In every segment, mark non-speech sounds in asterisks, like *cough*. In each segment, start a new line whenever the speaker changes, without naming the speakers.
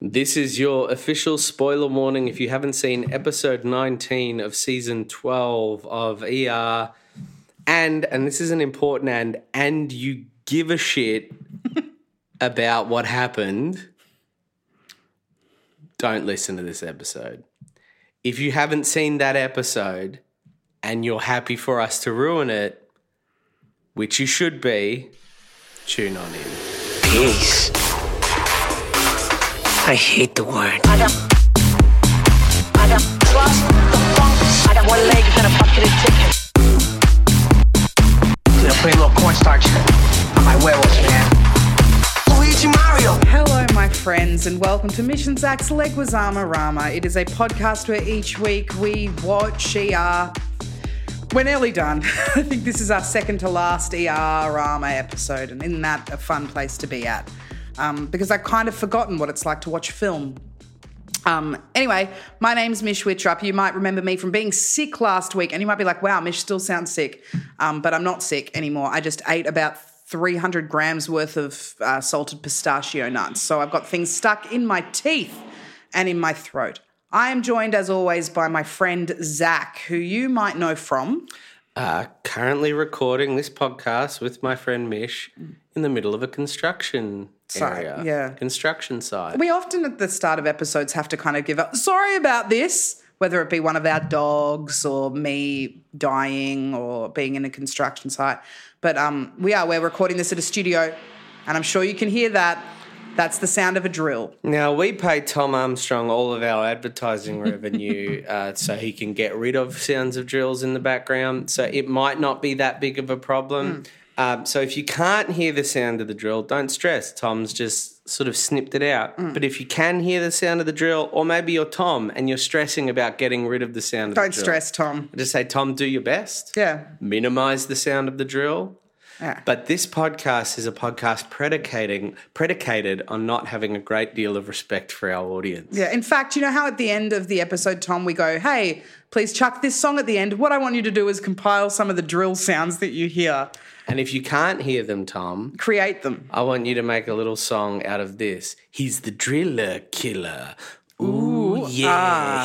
This is your official spoiler warning. If you haven't seen episode 19 of season 12 of ER, and, and this is an important and, and you give a shit about what happened, don't listen to this episode. If you haven't seen that episode and you're happy for us to ruin it, which you should be, tune on in.
Peace. I hate the word.
I got, I got trust, the funk. I got one leg and a bucket of chicken.
Gonna put a little cornstarch on my werewolves, man. Luigi Mario!
Hello, my friends, and welcome to Mission Zach's Leguizamo Rama. It is a podcast where each week we watch ER. We're nearly done. *laughs* I think this is our second to last ER Rama episode, and in that, a fun place to be at. Um, because I've kind of forgotten what it's like to watch film. Um, anyway, my name's Mish Witrup. You might remember me from being sick last week, and you might be like, wow, Mish still sounds sick. Um, but I'm not sick anymore. I just ate about 300 grams worth of uh, salted pistachio nuts. So I've got things stuck in my teeth and in my throat. I am joined, as always, by my friend Zach, who you might know from.
Uh, currently recording this podcast with my friend Mish in the middle of a construction
Site,
area,
yeah.
construction site.
We often at the start of episodes have to kind of give up, sorry about this, whether it be one of our dogs or me dying or being in a construction site. But um, we are, we're recording this at a studio, and I'm sure you can hear that. That's the sound of a drill.
Now we pay Tom Armstrong all of our
*laughs*
advertising revenue, uh, so he can get rid of sounds of drills in the background. So it might not be that big of a problem.
Hmm.
Um, so if you can't hear the sound of the drill, don't stress. Tom's just sort of snipped it out.
Hmm.
But if you can hear the sound of the drill, or maybe you're Tom and you're stressing about getting rid of the sound. of the
Don't
drill,
stress, Tom.
Just say, Tom, do your best.
Yeah.
Minimize the sound of the drill.
Yeah.
But this podcast is a podcast predicating predicated on not having a great deal of respect for our audience.
Yeah. In fact, you know how at the end of the episode, Tom, we go, hey, please chuck this song at the end. What I want you to do is compile some of the drill sounds that you hear,
And if you can't hear them, Tom,
create them.
I want you to make a little song out of this. He's the driller killer. Ooh, yeah.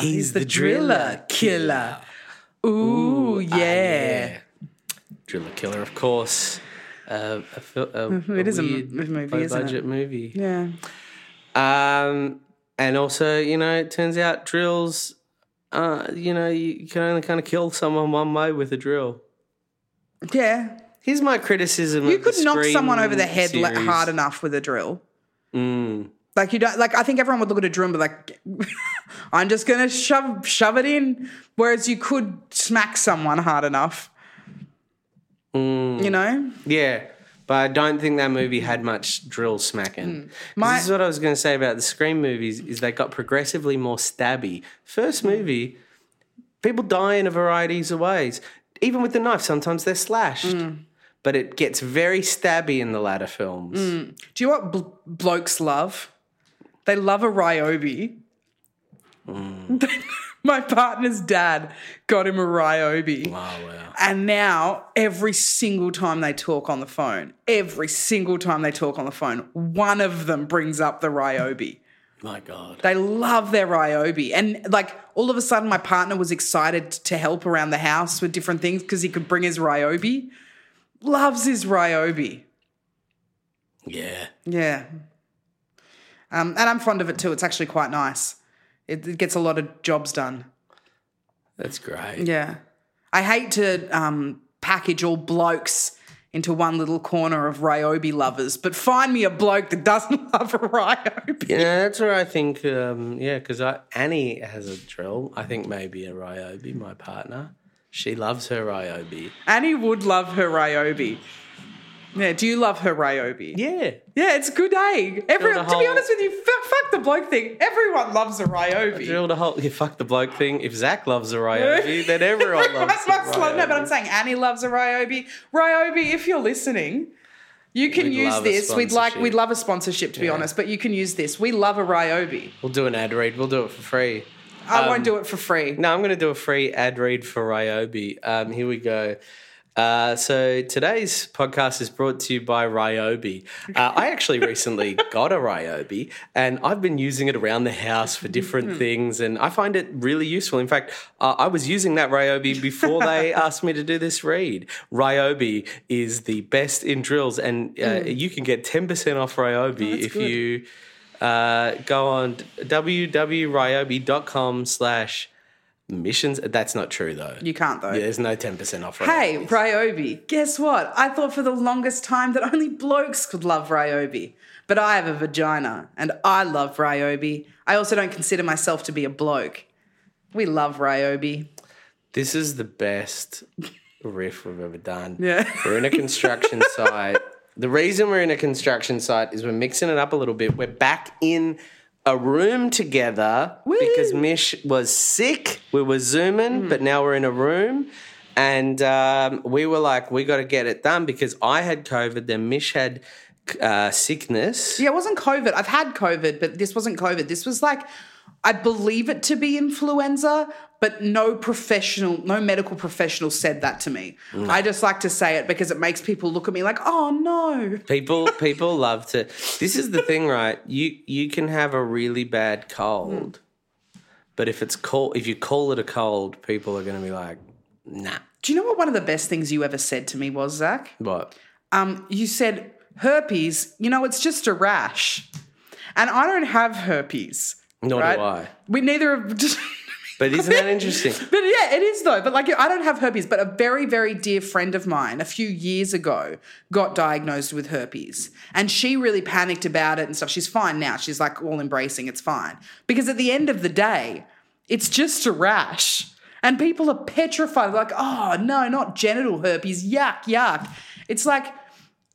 ah, he's the driller killer. Ooh, ah, yeah.
Driller killer, of course. Uh, a fil- a, a
Mm-hmm. It is a m-
weird
a movie, isn't it?
budget movie.
Yeah.
Um, and also, you know, it turns out drills, uh, you know, you can only kind of kill someone one way with a drill.
Yeah.
Here's my criticism.
You
of the
could knock
Scream
someone over the head like,
series. Hmm.
hard enough with a drill. Like you don't like I think everyone would look at a drill and be like *laughs* I'm just gonna shove shove it in. Whereas you could smack someone hard enough.
Mm.
You know?
Yeah, but I don't think that movie had much drill smacking. 'Cause
Hmm. My-
this is what I was going to say about the Scream movies is they got progressively more stabby. First
Hmm.
movie, people die in a varieties of ways. Even with the knife, sometimes they're slashed.
Hmm.
But it gets very stabby in the latter films.
Do you know what bl- blokes love? They love a Ryobi. *laughs* My partner's dad got him a Ryobi. And now, every single time they talk on the phone, every single time they talk on the phone, one of them brings up the Ryobi.
My God.
They love their Ryobi. And like all of a sudden, my partner was excited to help around the house with different things because he could bring his Ryobi. Loves his Ryobi.
Yeah.
Yeah. Um, and I'm fond of it too. It's actually quite nice. It, it gets a lot of jobs done.
That's great.
Yeah. I hate to um, package all blokes into one little corner of Ryobi lovers, but find me a bloke that doesn't *laughs* love a Ryobi.
Yeah, that's where I think, um, yeah, because Annie has a drill. I think maybe a Ryobi, my partner. She loves her Ryobi.
Annie would love her Ryobi. Yeah, do you love her Ryobi?
Yeah.
Yeah, it's good egg. Everyone,
Drilled a
to be
hole.
honest with you, f- fuck the bloke thing. Everyone loves a Ryobi.
Drilled a *laughs* hole. You fuck the bloke thing. If Zach loves a Ryobi, then everyone
*laughs* Everyone
loves a Ryobi.
No, but I'm saying Annie loves a Ryobi. Ryobi, if you're listening, you can
We'd
use
love a
this. We'd like,
sponsorship.
we'd love a sponsorship, to be honest, but you can use this. We love a Ryobi.
We'll do an ad read. We'll do it for free.
I
Um,
won't do it for free.
No, I'm going to do a free ad read for Ryobi. Um, here we go. Uh, so today's podcast is brought to you by Ryobi. Uh, I actually recently got a Ryobi, and I've been using it around the house for different things, and I find it really useful. In fact, uh, I was using that Ryobi before they asked me to do this read. Ryobi is the best in drills, and uh, you can get 10% off Ryobi if you uh, go on www.ryobi.com slash missions. That's not true though.
You can't, though.
Yeah, there's no 10% off.
Hey,
Ryobi.
Ryobi, guess what? I thought for the longest time that only blokes could love Ryobi. But I have a vagina and I love Ryobi. I also don't consider myself to be a bloke. We love Ryobi.
This is the best riff we've ever done.
Yeah.
We're in a construction site. The reason we're in a construction site is we're mixing it up a little bit. We're back in a room together because Mish was sick. We were zooming, but now we're in a room. And um, we were like, we got to get it done because I had COVID, then Mish had uh, sickness.
Yeah, it wasn't COVID. I've had COVID, but this wasn't COVID. This was like, I believe it to be influenza, but no professional, no medical professional said that to me. I just like to say it because it makes people look at me like, oh no.
People people love to. This is the thing, right? You you can have a really bad cold, but if it's cold, if you call it a cold, people are going to be like, nah.
Do you know what one of the best things you ever said to me was, Zach?
What?
um, you said herpes, you know, it's just a rash. And I don't have herpes.
Nor
right?
do I.
We neither of. *laughs*
But isn't that interesting?
But yeah, it is though. But like, I don't have herpes, but a very, very dear friend of mine a few years ago got diagnosed with herpes. And she really panicked about it and stuff. She's fine now. She's like all embracing, it's fine. Because at the end of the day, it's just a rash. And people are petrified, like, oh no, not genital herpes. Yuck, yuck. It's like,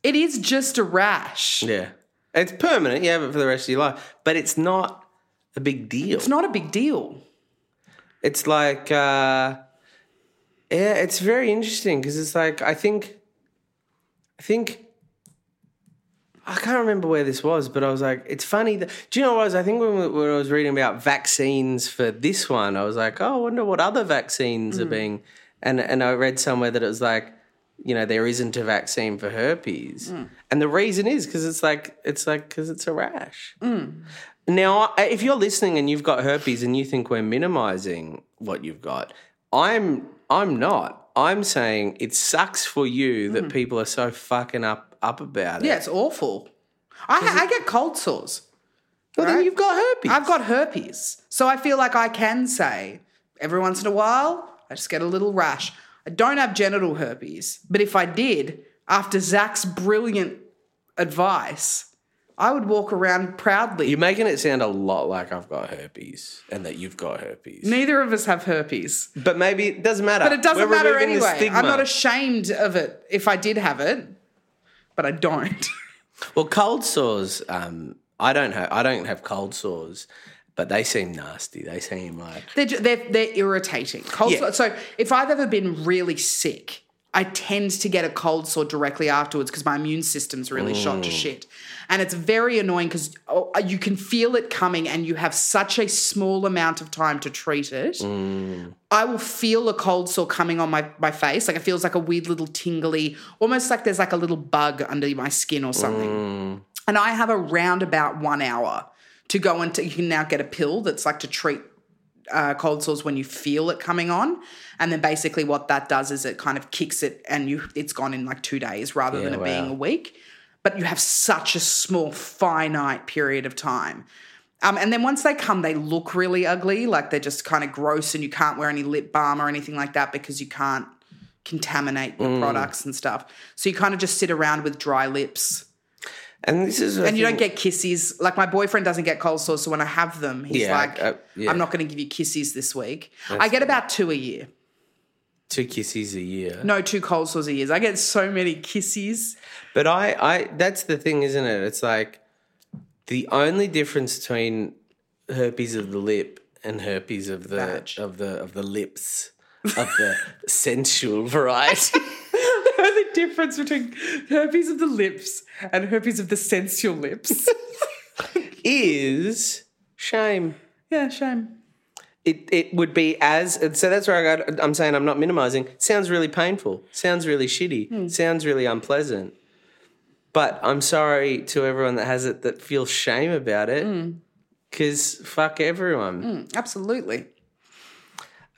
it is just a rash.
Yeah, it's permanent. You have it for the rest of your life, but it's not a big deal.
It's not a big deal.
it's like uh yeah it's very interesting because it's like i think i think i can't remember where this was but i was like it's funny that do you know what I was i think when, we- when i was reading about vaccines for this one i was like oh i wonder what other vaccines are being and and i read somewhere that it was like you know there isn't a vaccine for herpes and the reason is because it's like it's like because it's a rash now, I- if you're listening and you've got herpes and you think we're minimizing what you've got, I'm I'm not. I'm saying it sucks for you that people are so fucking up up about it.
Yeah, it's awful. I, I get cold sores.
Well,
right.
then you've got herpes.
I've got herpes. So I feel like I can say every once in a while, I just get a little rash. I don't have genital herpes, but if I did, after Zach's brilliant advice, I would walk around proudly.
You're making it sound a lot like I've got herpes and that you've got herpes.
Neither of us have herpes.
but maybe it doesn't matter.
But it doesn't
We're
matter
removing the
anyway. I'm
stigma.
not ashamed of it if I did have it, but I don't. *laughs*
Well, cold sores. Um, I don't have. I don't have cold sores, but they seem nasty. They seem like
They're, ju- they're, they're irritating. Cold
Yeah.
sore. So if I've ever been really sick, I tend to get a cold sore directly afterwards because my immune system's really shot to shit. And it's very annoying because you can feel it coming and you have such a small amount of time to treat it. I will feel a cold sore coming on my, my face. Like it feels like a weird little tingly, almost like there's like a little bug under my skin or something. And I have around about one hour to go into. You can now get a pill that's like to treat uh, cold sores when you feel it coming on, and then basically what that does is it kind of kicks it, and you it's gone in like two days rather than it being a week. But you have such a small, finite period of time. Um, and then once they come, they look really ugly, like they're just kind of gross, and you can't wear any lip balm or anything like that because you can't contaminate your
Mm.
products and stuff. So you kind of just sit around with dry lips.
And this is
And you don't get kisses. Like my boyfriend doesn't get cold sores, so when I have them, he's
Yeah,
like,
uh, yeah.
"I'm not going to give you kisses this week." I get about two a year.
two kisses a year.
No, two cold sores a year. I get so many kisses. *laughs*
But I, I that's the thing, isn't it? It's like the only difference between herpes of the lip and herpes of the
Badge.
of the of the lips of the *laughs* sensual variety.
the only difference between herpes of the lips and herpes of the sensual
*laughs*
lips.
is shame.
yeah, shame.
It it would be as and so that's where I got. I'm saying I'm not minimizing. Sounds really painful. Sounds really shitty.
Hmm.
Sounds really unpleasant. But I'm sorry to everyone that has it that feels shame about
Hmm.
it, because fuck everyone.
Absolutely.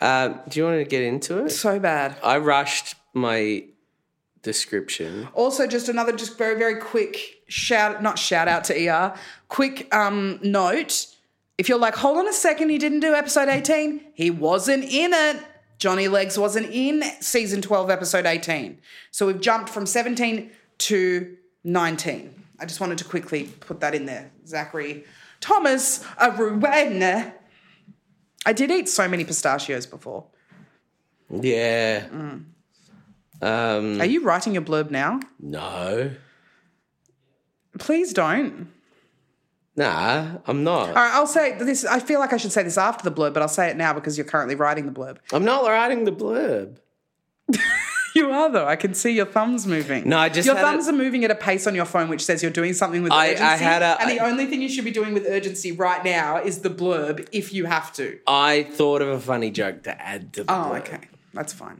Uh, do you want to get into it?
So bad.
I rushed my description.
Also, just another just very very quick shout not shout out to ER. Quick um, note: if you're like, hold on a second, he didn't do episode 18. He wasn't in it. Johnny Legs wasn't in season 12, episode 18. So we've jumped from 17 to 19. I just wanted to quickly put that in there. Zachary Thomas Aruena. I did eat so many pistachios before.
Yeah.
Hmm.
Um,
Are you writing your blurb now?
no.
Please don't.
Nah, I'm not.
All right, I'll say this. I feel like I should say this after the blurb, but I'll say it now because you're currently writing the blurb. *laughs*
I'm not writing the blurb.
You are though. I can see your thumbs moving.
No, I just
your
had
thumbs
a-
are moving at a pace on your phone, which says you're doing something with
I- I
urgency.
had a-
and the
I-
only thing you should be doing with urgency right now is the blurb, if you have to.
I thought of a funny joke to add to the
Oh,
blurb.
okay, that's fine.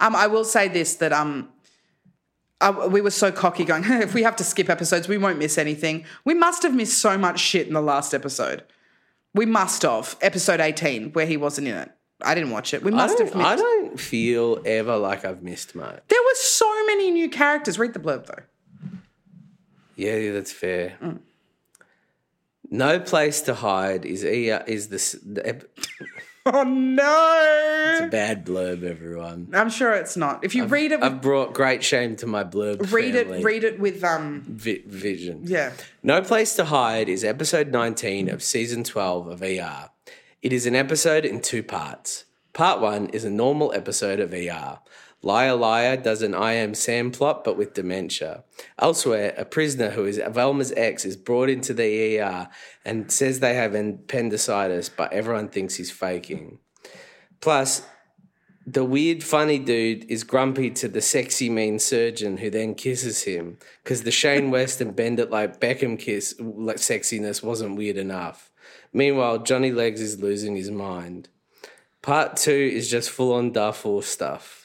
Um, I will say this that um, I, we were so cocky going. *laughs* if we have to skip episodes, we won't miss anything. We must have missed so much shit in the last episode. We must have episode eighteen where he wasn't in it. I didn't watch it. We
I
must have
don't,
missed.
I don't feel ever like I've missed much.
There were so many new characters. Read the
*laughs*
blurb though.
Yeah, yeah, that's fair.
Mm.
No place to hide is ER, is this the, ep-
Oh
it's a
no!
bad blurb, everyone.
I'm sure it's not. If you read it,
I've
with,
brought great shame to my blurb.
read
family
it, read it with um,
vi- vision.
yeah.
No Place to Hide is episode 19 of season 12 of ER. It is an episode in two parts. Part one is a normal episode of ER. Liar Liar does an I Am Sam plot but with dementia. Elsewhere, a prisoner who is Velma's ex is brought into the ER and says they have appendicitis, but everyone thinks he's faking. Plus, the weird, funny dude is grumpy to the sexy, mean surgeon who then kisses him because the Shane West and Bend It Like Beckham kiss like sexiness wasn't weird enough. Meanwhile, Johnny Legs is losing his mind. Part two is just full on Darfur stuff.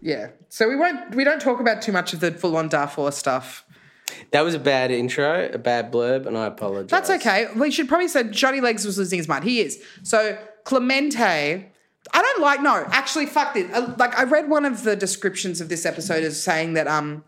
Yeah. So we won't. We don't talk about too much of the full-on Darfur stuff.
That was a bad intro, a bad blurb, and I apologize.
That's okay. We should probably say Johnny Legs was losing his mind. He is. So Clemente. I don't like. No, actually, fuck this. Uh, Like I read one of the descriptions of this episode as saying that um.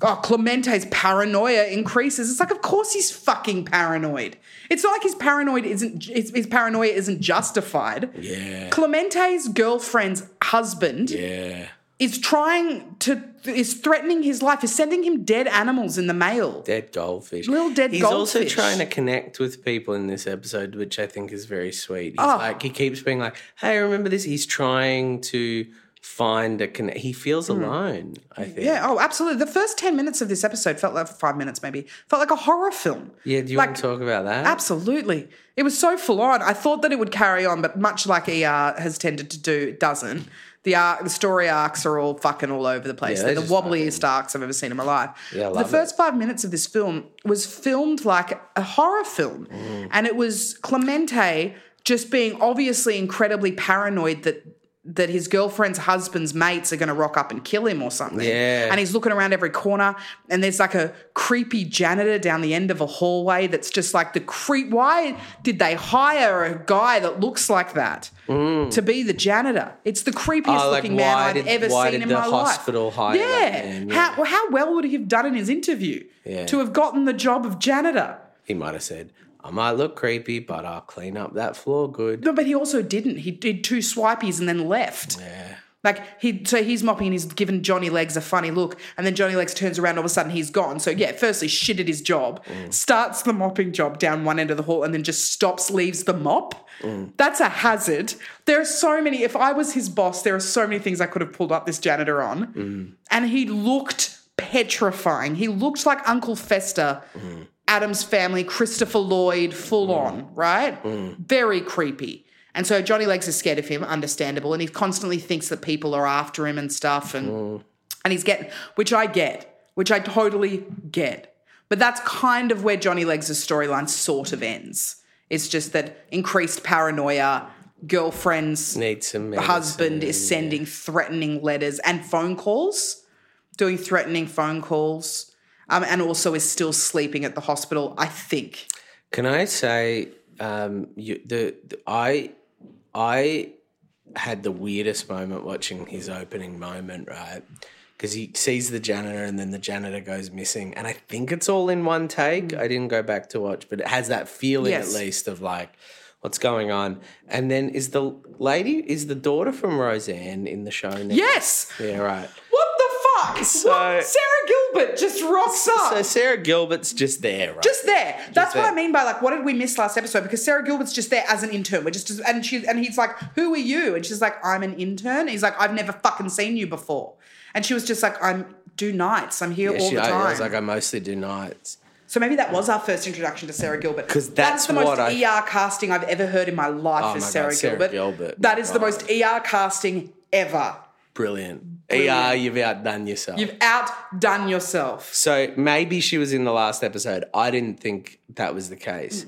Oh, Clemente's paranoia increases. It's like, of course he's fucking paranoid. It's not like his paranoid isn't his, his paranoia isn't justified.
Yeah.
Clemente's girlfriend's husband
Yeah.
is trying to is threatening his life, is sending him dead animals in the mail.
Dead goldfish.
Little dead
He's also
goldfish.
trying to connect with people in this episode, which I think is very sweet. He's
Oh.
like he keeps being like, "Hey, remember this?" He's trying to find a connect. He feels alone. I think.
Hmm. Yeah, oh, absolutely. The first 10 minutes of this episode felt like five minutes, maybe, felt like a horror film.
Yeah. Do you
like,
want to talk about that?
Absolutely. It was so full on. I thought that it would carry on, but much like ER has tended to do, it doesn't. The, arc, the story arcs are all fucking all over the place.
Yeah,
They're
they
the
just
wobbliest arcs I've ever seen in my life.
Yeah, I
the
love
first five minutes of this film was filmed like a horror film.
Mm.
And it was Clemente just being obviously incredibly paranoid that that his girlfriend's husband's mates are going to rock up and kill him or something.
Yeah.
And he's looking around every corner, and there's like a creepy janitor down the end of a hallway that's just like the creep. Why did they hire a guy that looks like that to be the janitor? It's the creepiest
Mm. Oh, like,
looking man
why
I've
did-
ever
why
seen
did
in
the
my
hospital
life.
hire
yeah.
that man? Yeah.
How, well, how well would he have done in his interview
Yeah.
to have gotten the job of janitor?
He might have said, I might look creepy, but I'll clean up that floor good.
No, but he also didn't. He did two swipies and then left. Yeah. Like he, so he's mopping and he's given Johnny Legs a funny look, and then Johnny Legs turns around. All of a sudden, he's gone. So yeah, firstly, shit at his job, starts the mopping job down one end of the hall, and then just stops, leaves the mop. That's a hazard. There are so many. If I was his boss, there are so many things I could have pulled up this janitor on, and he looked petrifying. He looked like Uncle Fester. Adam's family, Christopher Lloyd, full on, right? Very creepy. And so Johnny Legs is scared of him, understandable, and he constantly thinks that people are after him and stuff, and and he's getting, which I get, which I totally get. But that's kind of where Johnny Legs' storyline sort of ends. It's just that increased paranoia, girlfriends,
Need some medicine.
husband is sending threatening letters and phone calls, doing threatening phone calls, um, and also is still sleeping at the hospital. I think.
Can I say, um, you, the, the I I had the weirdest moment watching his opening moment, right? Because he sees the janitor and then the janitor goes missing, and I think it's all in one take. I didn't go back to watch, but it has that feeling
Mm. Yes.
at least of like what's going on. And then is the lady is the daughter from Roseanne in the show? Now?
Yes.
Yeah. Right.
What the fuck?
So-
what? Sarah Gilbert just rocks up.
So Sarah Gilbert's just there, right?
just there. That's what
there.
I mean by like, what did we miss last episode? Because Sarah Gilbert's just there as an intern. We're just and she and he's like, who are you? And she's like, I'm an intern. And he's like, I've never fucking seen you before. And she was just like, I'm do nights. I'm here
Yeah,
all
she-
the
I-
time.
I was like, I mostly do nights.
So maybe that was our first introduction to Sarah Gilbert.
'Cause that's
the most
what I-
ER casting I've ever heard in my life
Oh
is
my God,
Sarah,
Sarah
Gilbert.
Gilbert,
That
my
is the
God.
most ER casting ever.
Brilliant. ER, you've outdone yourself.
You've outdone yourself.
so maybe she was in the last episode. I didn't think that was the case.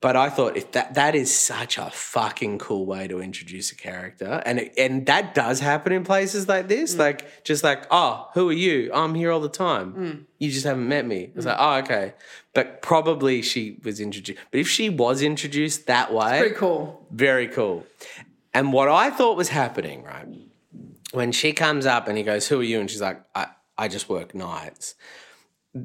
But I thought if that that is such a fucking cool way to introduce a character, and it, and that does happen in places like this, like just like oh, who are you? I'm here all the time. You just haven't met me. It's like oh, okay. But probably she was introduced. But if she was introduced that way,
Pretty cool.
very cool. And what I thought was happening, right? When she comes up and he goes, Who are you? And she's like, I, I just work nights.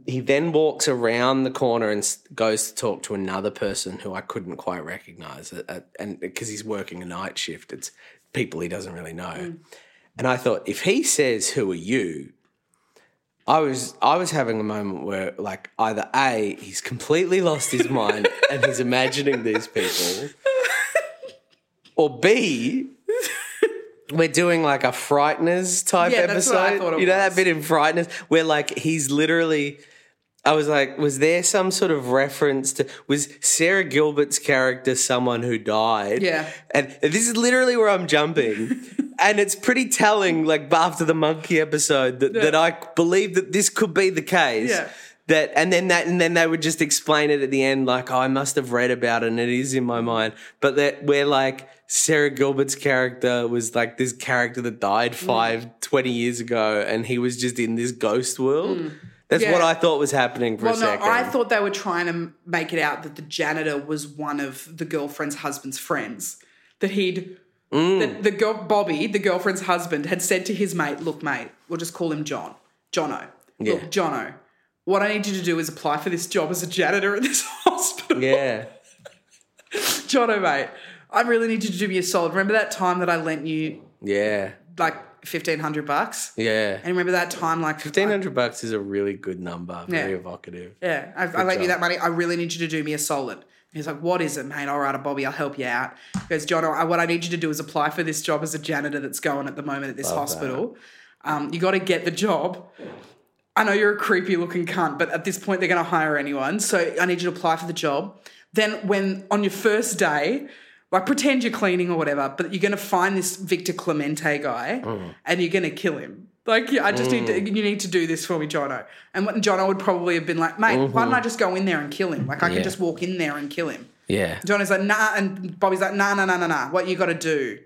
He then walks around the corner and s- goes to talk to another person who I couldn't quite recognize. uh, uh, And because he's working a night shift, it's people he doesn't really know.
Mm.
And I thought, if he says, Who are you? I was I was having a moment where like either A, he's completely lost his
*laughs*
mind and he's imagining these people. Or B, we're doing like a Frighteners type
Yeah, that's
episode.
what I thought it
you know that
was.
bit in Frighteners where like he's literally I was like, was there some sort of reference to was Sarah Gilbert's character someone who died?
Yeah.
And this is literally where I'm
*laughs*
jumping. and it's pretty telling, like after the monkey episode, that, that I believe that this could be the case.
Yeah.
That and then that and then they would just explain it at the end, like, oh, I must have read about it and it is in my mind. But that where like Sarah Gilbert's character was like this character that
Mm.
died five, 20 years ago, and he was just in this ghost world. That's
Mm. Yeah.
what I thought was happening for
Well,
a
no,
second.
I thought they were trying to m- make it out that the janitor was one of the girlfriend's husband's friends. That he'd,
Mm.
that the girl, Bobby, the girlfriend's husband, had said to his mate, Look, mate, we'll just call him John. Jono. Look,
Yeah.
Jono, what I need you to do is apply for this job as a janitor at this *laughs* hospital.
yeah.
Jono, mate, I really need you to do me a solid. Remember that time that I lent you
Yeah.
like 1500 bucks?
Yeah.
And remember that time, like,
Fifteen hundred bucks is a really good number, very
Yeah.
evocative.
Yeah, I, I lent
job.
you that money. I really need you to do me a solid. He's like, what is it, mate? All right, Bobby, I'll help you out. He goes, John, I, what I need you to do is apply for this job as a janitor that's going at the moment at this hospital. Um, you got to get the job. I know you're a creepy looking cunt, but at this point they're going to hire anyone. So I need you to apply for the job. Then when on your first day, like pretend you're cleaning or whatever, but you're going to find this Victor Clemente guy and you're going to kill him. Like yeah, I just need to, you need to do this for me, Jono. And what Jono would probably have been like, mate, why don't I just go in there and kill him? Like I can
Yeah.
just walk in there and kill him.
Yeah.
Jono's like, nah, and Bobby's like, nah, nah, nah, nah, nah. What you got to do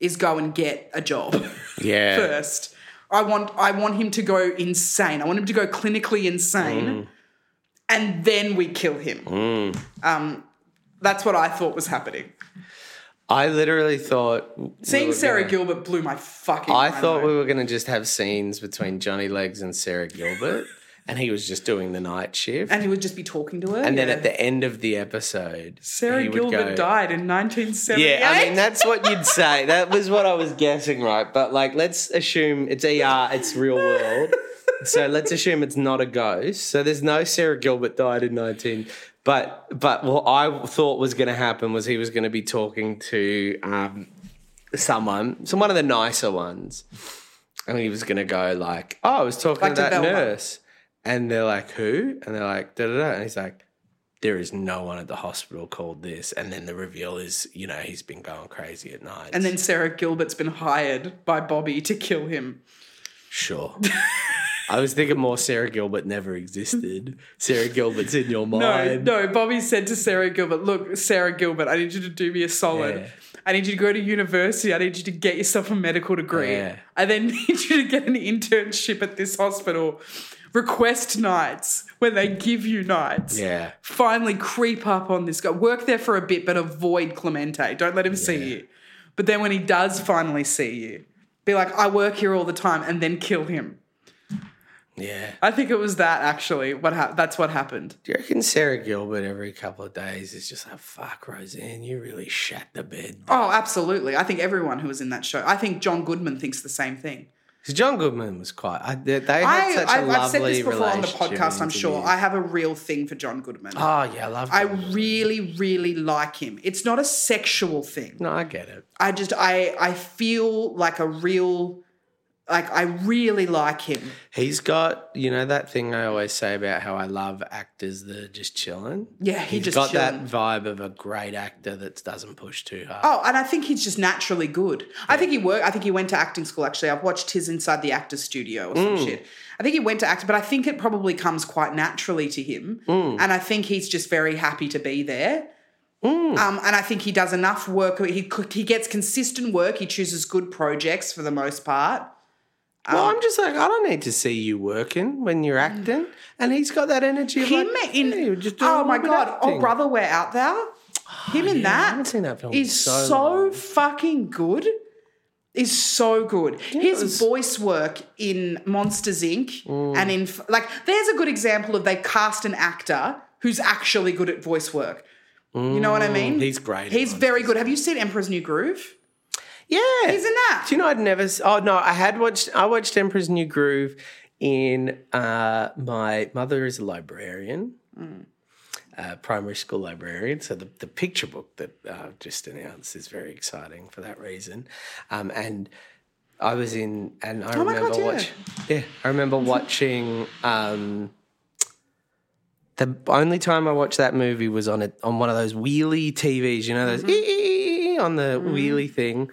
is go and get a job *laughs*
Yeah.
first. I want I want him to go insane. I want him to go clinically insane,
Mm.
and then we kill him. Um, that's what I thought was happening.
I literally thought
Seeing
we were
Sarah
gonna-
Gilbert blew my fucking.
I
mind,
thought
though.
we were going to just have scenes between Johnny Legs and Sarah Gilbert, and he was just doing the night shift.
and he would just be talking to her.
And then at the end of the episode,
Sarah
he would
Gilbert
go,
died in 1978.
Yeah, I mean that's what you'd say. That was what I was guessing, right? But like, let's assume it's ER, it's real world. So let's assume it's not a ghost. So there's no Sarah Gilbert died in 19. But but what I thought was going to happen was he was going to be talking to um, someone, some one of the nicer ones, and he was going to go like, "Oh, I was talking
Like
to
to
that
Velma.
nurse," and they're like, "Who?" And they're like, "Da da da," and he's like there is no one at the hospital called this. And then the reveal is, you know, he's been going crazy at night.
and then Sarah Gilbert's been hired by Bobby to kill him. *laughs*
sure. I was thinking more Sarah Gilbert never existed. Sarah Gilbert's in your
*laughs* No,
mind.
no. Bobby said to Sarah Gilbert, "Look, Sarah Gilbert, I need you to do me a solid.
Yeah.
I need you to go to university. I need you to get yourself a medical degree.
Yeah.
I then *laughs* need you to get an internship at this hospital. Request nights when they give you nights.
Yeah.
Finally, creep up on this guy. Work there for a bit, but avoid Clemente. Don't let him see you. But then when he does finally see you, be like, I work here all the time, and then kill him.
Yeah.
I think it was that actually. What hap that's what happened.
Do you reckon Sarah Gilbert every couple of days is just like, fuck, Roseanne, you really shat the bed?
Oh, absolutely. I think everyone who was in that show. I think John Goodman thinks the same thing.
'Cause John Goodman was quite, I, they they had
I,
such a
I,
lovely
I've said this before on the
relationship
podcast, I'm
into
sure.
this.
I have a real thing for John Goodman.
oh, yeah, I love
I
John Goodman.
really, really like him. It's not a sexual thing.
No, I get it.
I just, I, I feel like a real, like I really like him.
He's got, you know, that thing I always say about how I love actors that are just chilling.
Yeah, he
He's
just
got
chilling.
that vibe of a great actor that doesn't push too hard.
Oh, and I think he's just naturally good. I think he worked. I think he went to acting school. Actually, I've watched his Inside the Actors Studio or some shit. I think he went to act, but I think it probably comes quite naturally to him. And I think he's just very happy to be there. Um, and I think he does enough work. He he gets consistent work. He chooses good projects for the most part.
well,
um,
I'm just like, I don't need to see you working when you're acting. And he's got that energy of
Him
like,
Mm. in
"Hey, you're just doing
oh
a
my
bit of
god, oh
acting." Oh,
brother, we're out there. Him in that.
I haven't seen that film in
is so,
so long.
fucking good. Is so good. His
was- Mm.
voice work in Monsters Inc. and in like, there's a good example of they cast an actor who's actually good at voice work. You know what I mean?
Mm, he's great at
He's very good. Have you seen Emperor's New Groove?
Yeah.
He's in that.
Do you know I'd never? s- Oh no, I had watched. I watched Emperor's New Groove in uh, my mother is a librarian, uh, primary school librarian. So the, the picture book that I've just announced is very exciting for that reason. Um, and I was in, and I
Oh my
remember
God, yeah.
watching. Yeah, I remember watching. Um, the only time I watched that movie was on it on one of those wheelie TVs, you know, those
Mm-hmm.
on the wheelie thing.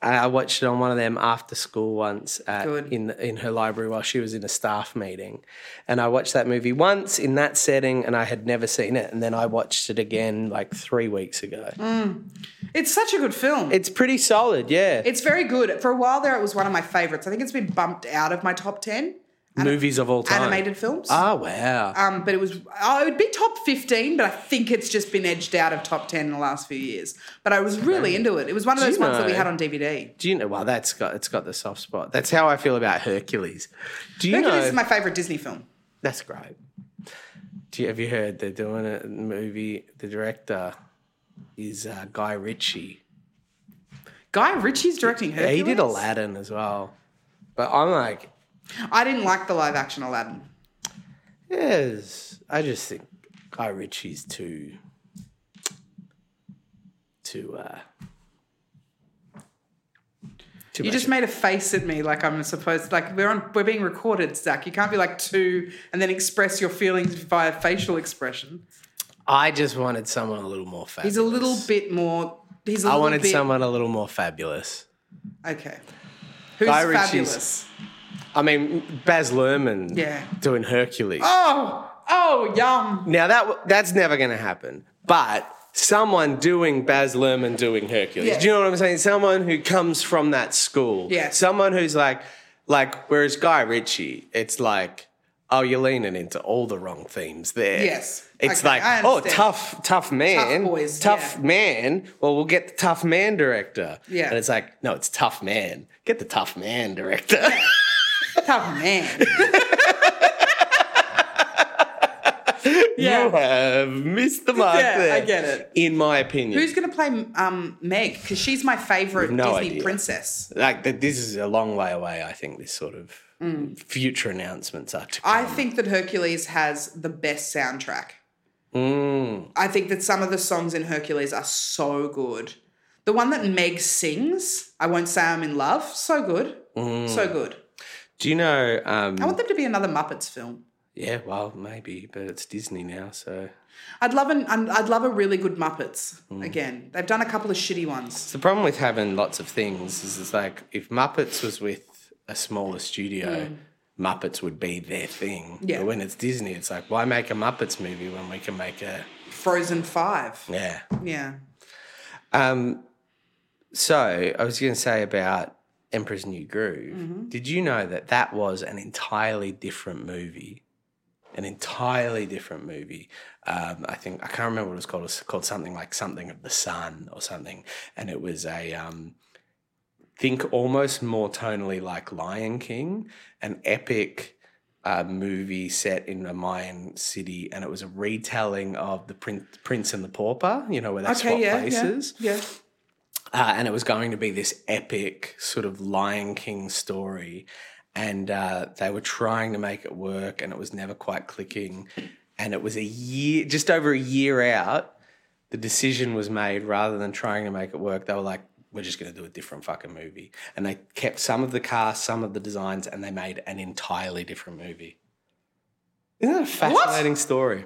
I I watched it on one of them after school once at,
Good.
in in her library while she was in a staff meeting, and I watched that movie once in that setting, and I had never seen it, and then I watched it again like three weeks ago.
Mm. It's such a good film.
It's pretty solid, yeah.
it's very good. For a while there, it was one of my favorites. I think it's been bumped out of my top 10
Movies of all time,
animated films.
Oh wow!
Um, but it was oh, it would be top fifteen, but I think it's just been edged out of top ten in the last few years. But I was really into it. It was one of
Do
those
you
ones that we
know-
had on DVD.
Do you know? Well, that's got it's got the soft spot. That's how I feel about Hercules. Do you
Hercules
know?
is my favorite Disney film.
That's great. Do you, have you heard they're doing a movie? The director is uh, Guy Ritchie.
Guy Ritchie's directing
Yeah,
Hercules.
he did Aladdin as well. But I'm like,
I didn't like the live action Aladdin.
yes, I just think Guy Ritchie's too, too, uh, too
You
much
just made a face at me like I'm supposed like we're on we're being recorded, Zach. You can't be like two and then express your feelings via facial expression.
I just wanted someone a little more fabulous.
He's a little bit more. He's a
I
little
wanted
bit,
someone a little more fabulous.
Okay. Who's
Guy Ritchie's-
fabulous?
I mean, Baz Luhrmann
Yeah.
doing Hercules.
Oh, oh, yum.
Now that that's never going to happen. But someone doing Baz Luhrmann doing Hercules.
Yeah.
Do you know what I'm saying? Someone who comes from that school.
Yeah.
Someone who's like, like, whereas Guy Ritchie, it's like, oh, you're leaning into all the wrong themes there.
Yes.
It's
Okay, I
like, oh,
understand.
tough, tough man.
boys,
tough
yeah.
man. Well, we'll get the tough man director.
Yeah.
And it's like, no, it's tough man. Get the tough man
*laughs*
director.
Tough man.
*laughs* you have missed the mark
Yeah, I
there.
get it.
In my opinion.
Who's going to play um, Meg? Because she's my favorite
We've no
Disney
idea.
princess.
like th- this is a long way away. I think this sort of future announcements are to
I
come.
think that Hercules has the best soundtrack.
Mm.
I think that some of the songs in Hercules are so good. The one that Meg sings, I won't say I'm in love, so good.
Mm.
So good.
Do you know?
I
Um,
want them to be another Muppets film.
yeah, well, maybe, but it's Disney now, so
I'd love an I'd I'd love a really good Muppets
Mm.
again. They've done a couple of shitty ones.
it's the problem with having lots of things is it's like if Muppets was with a smaller studio. Muppets would be their thing.
Yeah.
But when it's Disney, it's like, why make a Muppets movie when we can make a.
Frozen 5.
Yeah.
Yeah.
Um, so I was going to say about Emperor's New Groove.
Mm-hmm.
Did you know that that was an entirely different movie? An entirely different movie. Um, I think I can't remember what it was called. It was called something like something of the sun or something, and it was a um, think almost more tonally like Lion King, an epic uh, movie set in a Mayan city, and it was a retelling of the Prince, Prince and the Pauper. You know where they swap
Okay, yeah, yeah,
places
yeah.
uh, and it was going to be this epic sort of Lion King story. And uh, they were trying to make it work, and it was never quite clicking. And it was a year, just over a year out, the decision was made rather than trying to make it work, they were like, we're just going to do a different fucking movie. And they kept some of the cast, some of the designs, and they made an entirely different movie. Isn't that a fascinating story?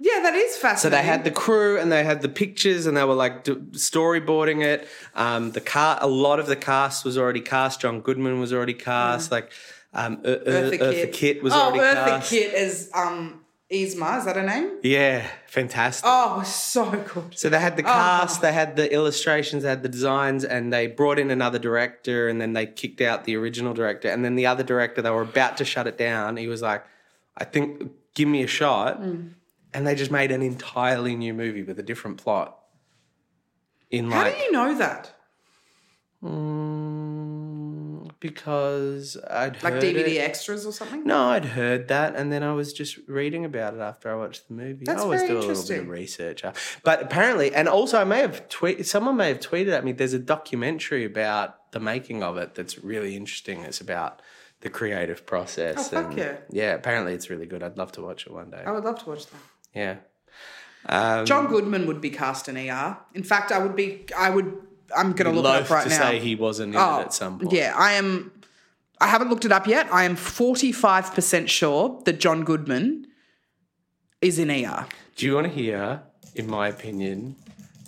Yeah, that is
So
fascinating.
they had the crew and they had the pictures and they were like d- storyboarding it. Um, the car, a lot of the cast was already cast. John Goodman was already cast. Like um, Ur- Ur- Eartha, Kitt. was
oh,
already
Eartha
cast.
Kitt is um Isma, is that her name?
Yeah, fantastic.
Oh, so good.
So they had the cast, they had the illustrations, they had the designs, and they brought in another director, and then they kicked out the original director, and then the other director they were about to shut it down. He was like, "I think, give me a shot,"
Mm.
and they just made an entirely new movie with a different plot. In
How
like
do you know that?
because I'd
Like
heard
DVD
it.
extras or something?
No, I'd heard that, and then I was just reading about it after I watched the movie.
That's
I always
very
do a little bit
interesting.
of research, uh, but apparently, and also I may have tweet someone may have tweeted at me. There's a documentary about the making of it that's really interesting. It's about the creative process.
Oh, fuck yeah.
apparently it's really good. I'd love to watch it one day.
I would love to watch that.
Yeah, Um,
John Goodman would be cast in ER. In fact, I would be. I would. I'm going to look it
loath
up right
to
now. Oh,
say he wasn't in it at some point.
Yeah, I am. I haven't looked it up yet. I am 45 percent sure that John Goodman is in ER.
Do you want to hear, in my opinion,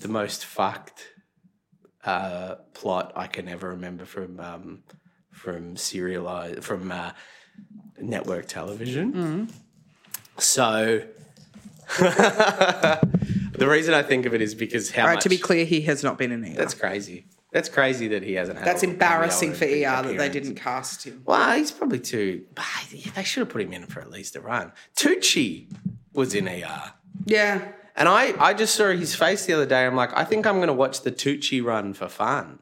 the most fucked uh, plot I can ever remember from um, from serialized from uh, network television?
Mm-hmm.
So. *laughs* the reason I think of it is because how
All right.
much
To be clear, he has not been in ER.
that's crazy. That's crazy that he hasn't. Had
That's
a cameo
embarrassing
or
for
a big
ER that they
appearance.
didn't cast him.
Well, he's probably too. *sighs* They should have put him in for at least a run. Tucci was in ER.
Yeah.
And I, I just saw his face the other day. I'm like, I think I'm going to watch the Tucci run for fun.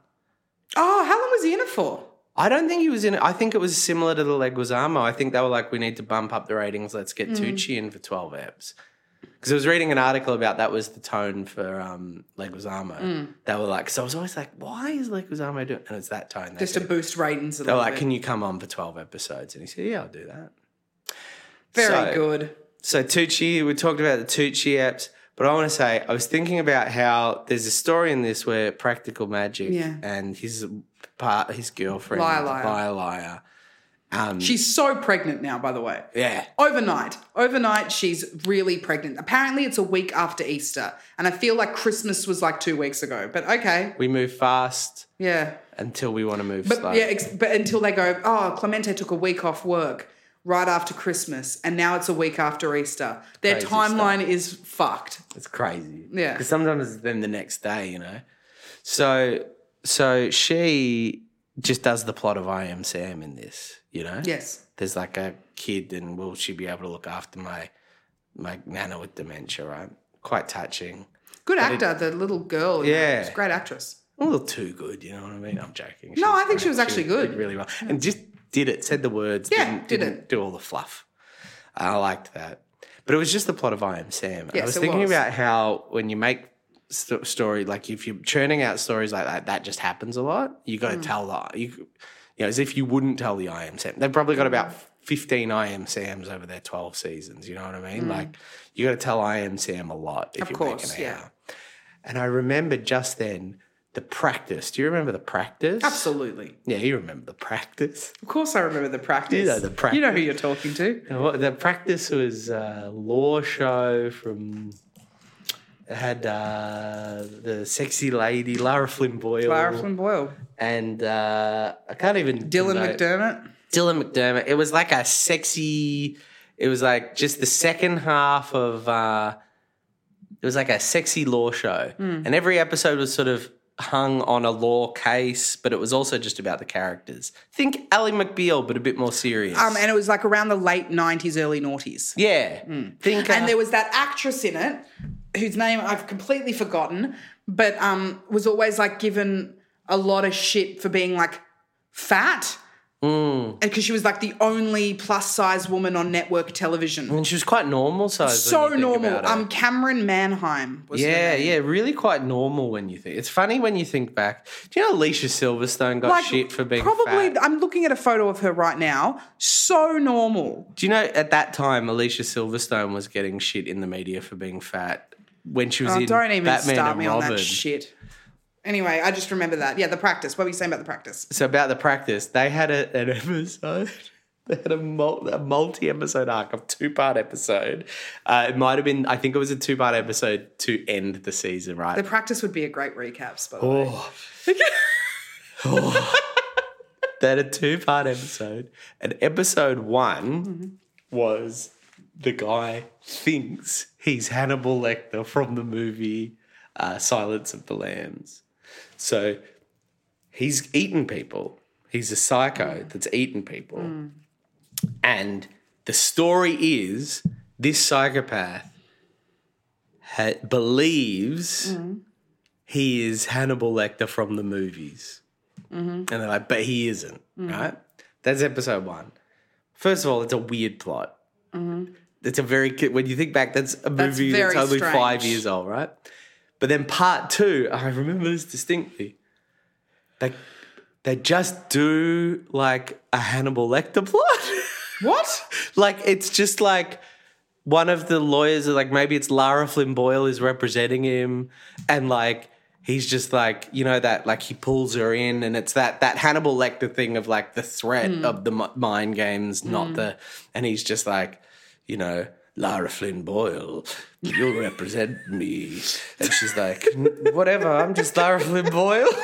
Oh, how long was he in it for?
I don't think he was in it. I think it was similar to the Leguizamo. I think they were like, we need to bump up the ratings. Let's get
Mm.
Tucci in for 12 eps. Because I was reading an article about that was the tone for um, Leguizamo.
Mm.
They were like, because I was always like, why is Leguizamo doing? And it's that tone. They
Just to
said-
boost ratings a
they were
little
like,
bit.
can you come on for 12 episodes? And he said, yeah, I'll do that.
Very
so-
good.
So Tucci, we talked about the Tucci apps, but I want to say I was thinking about how there's a story in this where Practical Magic
Yeah.
and his part, his girlfriend,
Liar, liar.
Liar Liar.
She's so pregnant now, by the way.
Yeah,
Overnight. Overnight, she's really pregnant. Apparently, it's a week after Easter. And I feel like Christmas was like two weeks ago. But okay.
we move fast
Yeah.
until we want to move
But
slow.
yeah, ex- but until they go, oh, Clemente took a week off work. right after Christmas, and now it's a week after Easter. Their
Crazy
timeline is fucked.
It's crazy.
Yeah.
Because sometimes it's then the next day, you know. So so she just does the plot of I Am Sam in this, you know?
Yes.
There's like a kid and will she be able to look after my my nana with dementia, right? Quite touching.
Good actor, the little girl. you know,
Yeah.
she's a great actress.
A little too good, you know what I mean? I'm joking.
No, I
She's
think she
great.
was actually good.
did really well. And just did it, said the words,
Yeah,
didn't,
did
didn't
it.
do all the fluff. I liked that. But it was just the plot of I Am Sam. And I
Yes,
was
it
thinking
was.
about how when you make st- story, like if you're churning out stories like that, that just happens a lot. You
Mm.
got to tell that. You, you know, as if you wouldn't tell the I Am Sam. They've probably got
Mm.
about 15 I Am Sams over their 12 seasons. You know what I mean? Like you got to tell I Am Sam a lot if
Mm. Of
you're
course,
making it
yeah.
out. And I remember just then the practice. Do you remember the practice?
Absolutely.
Yeah, you remember the practice.
Of course, I remember the practice.
You know the practice.
You know who you're talking to.
And what- The practice was a law show from. It had uh, the sexy lady Lara Flynn Boyle
Clara Flynn Boyle.
and uh, I can't even
Dylan
know-
McDermott.
Dylan McDermott. It was like a sexy. It was like just the second half of. Uh, it was like a sexy law show,
Hmm.
and every episode was sort of hung on a law case, but it was also just about the characters. Think Ally McBeal, but a bit more serious.
Um, and it was like around the late 90s, early noughties.
yeah, think.
Hmm.
uh,
And there was that actress in it whose name I've completely forgotten, but um, was always like given a lot of shit for being like fat.
Mm.
And because she was like the only plus size woman on network television.
and she was quite normal size.
So
when you think
normal.
about it.
Um, Cameron Manheim was her
yeah,
name.
yeah, really quite normal when you think. It's funny when you think back. Do you know Alicia Silverstone got shit for being
probably
fat?
I'm looking at a photo of her right now. So normal.
Do you know at that time Alicia Silverstone was getting shit in the media for being fat when she was
Oh,
in
don't even
Batman
start
and
me
Robin.
on that shit. Anyway, I just remember that. Yeah, the practice. What were you saying about the practice?
So about the practice, they had a, an episode. *laughs* They had a, mul- a multi-episode arc, a two-part episode. Uh, it might have been, I think it was a two-part episode to end the season, right?
The practice would be a great recap, by the way.
*laughs* Oh. they had Oh. a two part episode. And episode one was the guy thinks he's Hannibal Lecter from the movie uh, Silence of the Lambs. So he's eaten people, he's a psycho that's eaten people. And the story is this psychopath ha- believes
Mm-hmm.
he is Hannibal Lecter from the movies.
Mm-hmm.
And they're like, but he isn't, right? That's episode one. First of all, it's a weird plot. It's a very, ki- when you think back, that's a
Mm-hmm. That's
movie that's,
very
only five
strange.
years old, right? But then part two, oh, I remember this distinctly. They, they just do like a Hannibal Lecter plot. *laughs*
What?
like it's just like one of the lawyers like maybe it's Lara Flynn Boyle is representing him and like he's just like you know that like he pulls her in and it's that that Hannibal Lecter thing of like the threat of the mi- mind games not the and he's just like you know Lara Flynn Boyle you'll *laughs* represent me and she's like "N- whatever I'm just Lara Flynn *laughs* Boyle
*laughs*